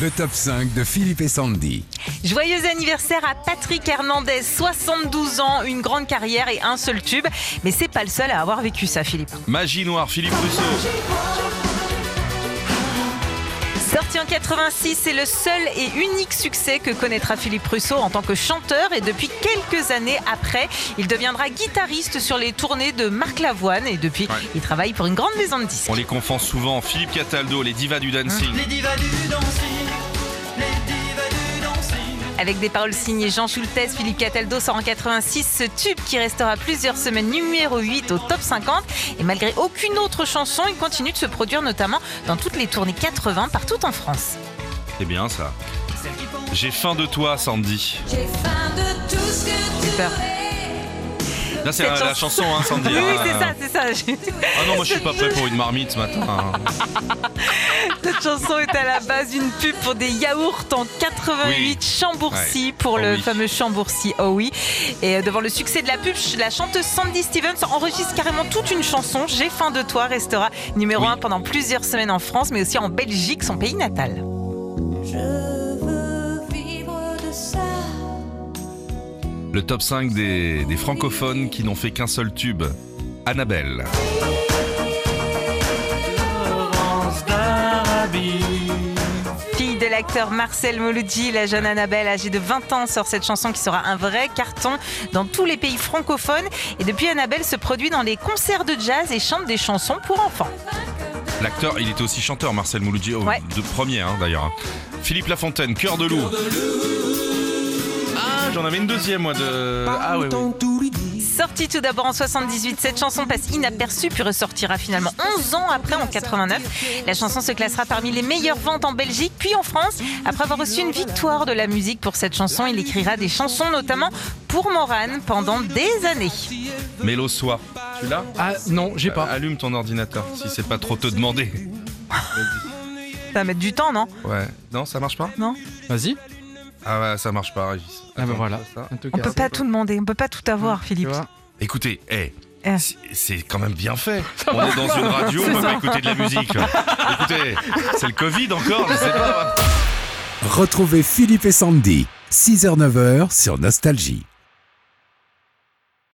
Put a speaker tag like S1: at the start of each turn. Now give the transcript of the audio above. S1: Le top 5 de Philippe et Sandy.
S2: Joyeux anniversaire à Patrick Hernandez, 72 ans, une grande carrière et un seul tube. Mais c'est pas le seul à avoir vécu ça, Philippe.
S3: Magie Noire, Philippe Rousseau.
S2: Sorti en 86, c'est le seul et unique succès que connaîtra Philippe Russo en tant que chanteur. Et depuis quelques années après, il deviendra guitariste sur les tournées de Marc Lavoine. Et depuis,
S3: Ouais.
S2: il travaille pour une grande maison de disques.
S3: On les confond souvent. Philippe Cataldo, les divas du dancing.
S2: Hein
S4: Les divas du dancing, les divas du dancing.
S2: Avec des paroles signées Jean Schultes, Philippe Cataldo sort en 86 ce tube qui restera plusieurs semaines numéro 8 au top 50. Et malgré aucune autre chanson, il continue de se produire notamment dans toutes les tournées 80 partout en France.
S3: C'est bien ça. J'ai faim de toi, Sandy.
S2: J'ai peur.
S3: Là, c'est
S2: Cette
S3: la, la
S2: chanson-
S3: chanson, hein, Sandy.
S2: Oui,
S3: hein.
S2: c'est ça, c'est ça.
S3: Ah non, moi je suis pas prêt pour une marmite ce matin. hein.
S2: Cette chanson est à la base d'une pub pour des yaourts en 88,
S3: Oui.
S2: Chambourcy,
S3: Ouais.
S2: pour le
S3: Oh oui.
S2: fameux Chambourcy, oh oui. Et euh, devant le succès de la pub, la chanteuse Sandy Stevens enregistre carrément toute une chanson. J'ai faim de toi restera numéro
S3: Oui.
S2: 1 pendant plusieurs semaines en France, mais aussi en Belgique, son pays natal.
S5: Je veux vivre de ça.
S3: Le top 5 des, des francophones qui n'ont fait qu'un seul tube. Annabelle.
S4: Laurence d'Arabie.
S2: Fille de l'acteur Marcel Molucci, la jeune Annabelle âgée de 20 ans sort cette chanson qui sera un vrai carton dans tous les pays francophones. Et depuis, Annabelle se produit dans les concerts de jazz et chante des chansons pour enfants.
S3: L'acteur, il était aussi chanteur, Marcel Mouloudji, oh,
S2: Ouais.
S3: de premier hein, d'ailleurs. Philippe Lafontaine, Cœur de loup. Ah, j'en avais une deuxième moi de. Ah oui, oui.
S2: Sortie tout d'abord en 78, cette chanson passe inaperçue puis ressortira finalement 11 ans après en 89. La chanson se classera parmi les meilleures ventes en Belgique puis en France. Après avoir reçu une victoire de la musique pour cette chanson, il écrira des chansons notamment pour Morane pendant des années.
S3: Mélo Soie. Tu l'as
S6: Ah non, j'ai
S3: Euh,
S6: pas.
S3: Allume ton ordinateur si c'est pas trop te demander.
S2: Ça va mettre du temps, non
S3: Ouais. Non, ça marche pas
S6: Vas-y.
S3: Ah ouais, ça marche pas, Régis.
S6: Ah bah
S3: Attends,
S6: voilà.
S3: ça.
S6: En tout
S2: On
S6: cas,
S2: peut pas tout demander, on peut pas tout avoir,
S6: tu
S2: Philippe.
S6: vois.
S3: Écoutez, hé,
S2: Eh.
S3: c'est- c'est quand même bien fait. On est dans une radio, on peut pas écouter de la musique. Écoutez, c'est le Covid encore, je sais pas.
S1: Retrouvez Philippe et Sandy, 6h-9h sur Nostalgie.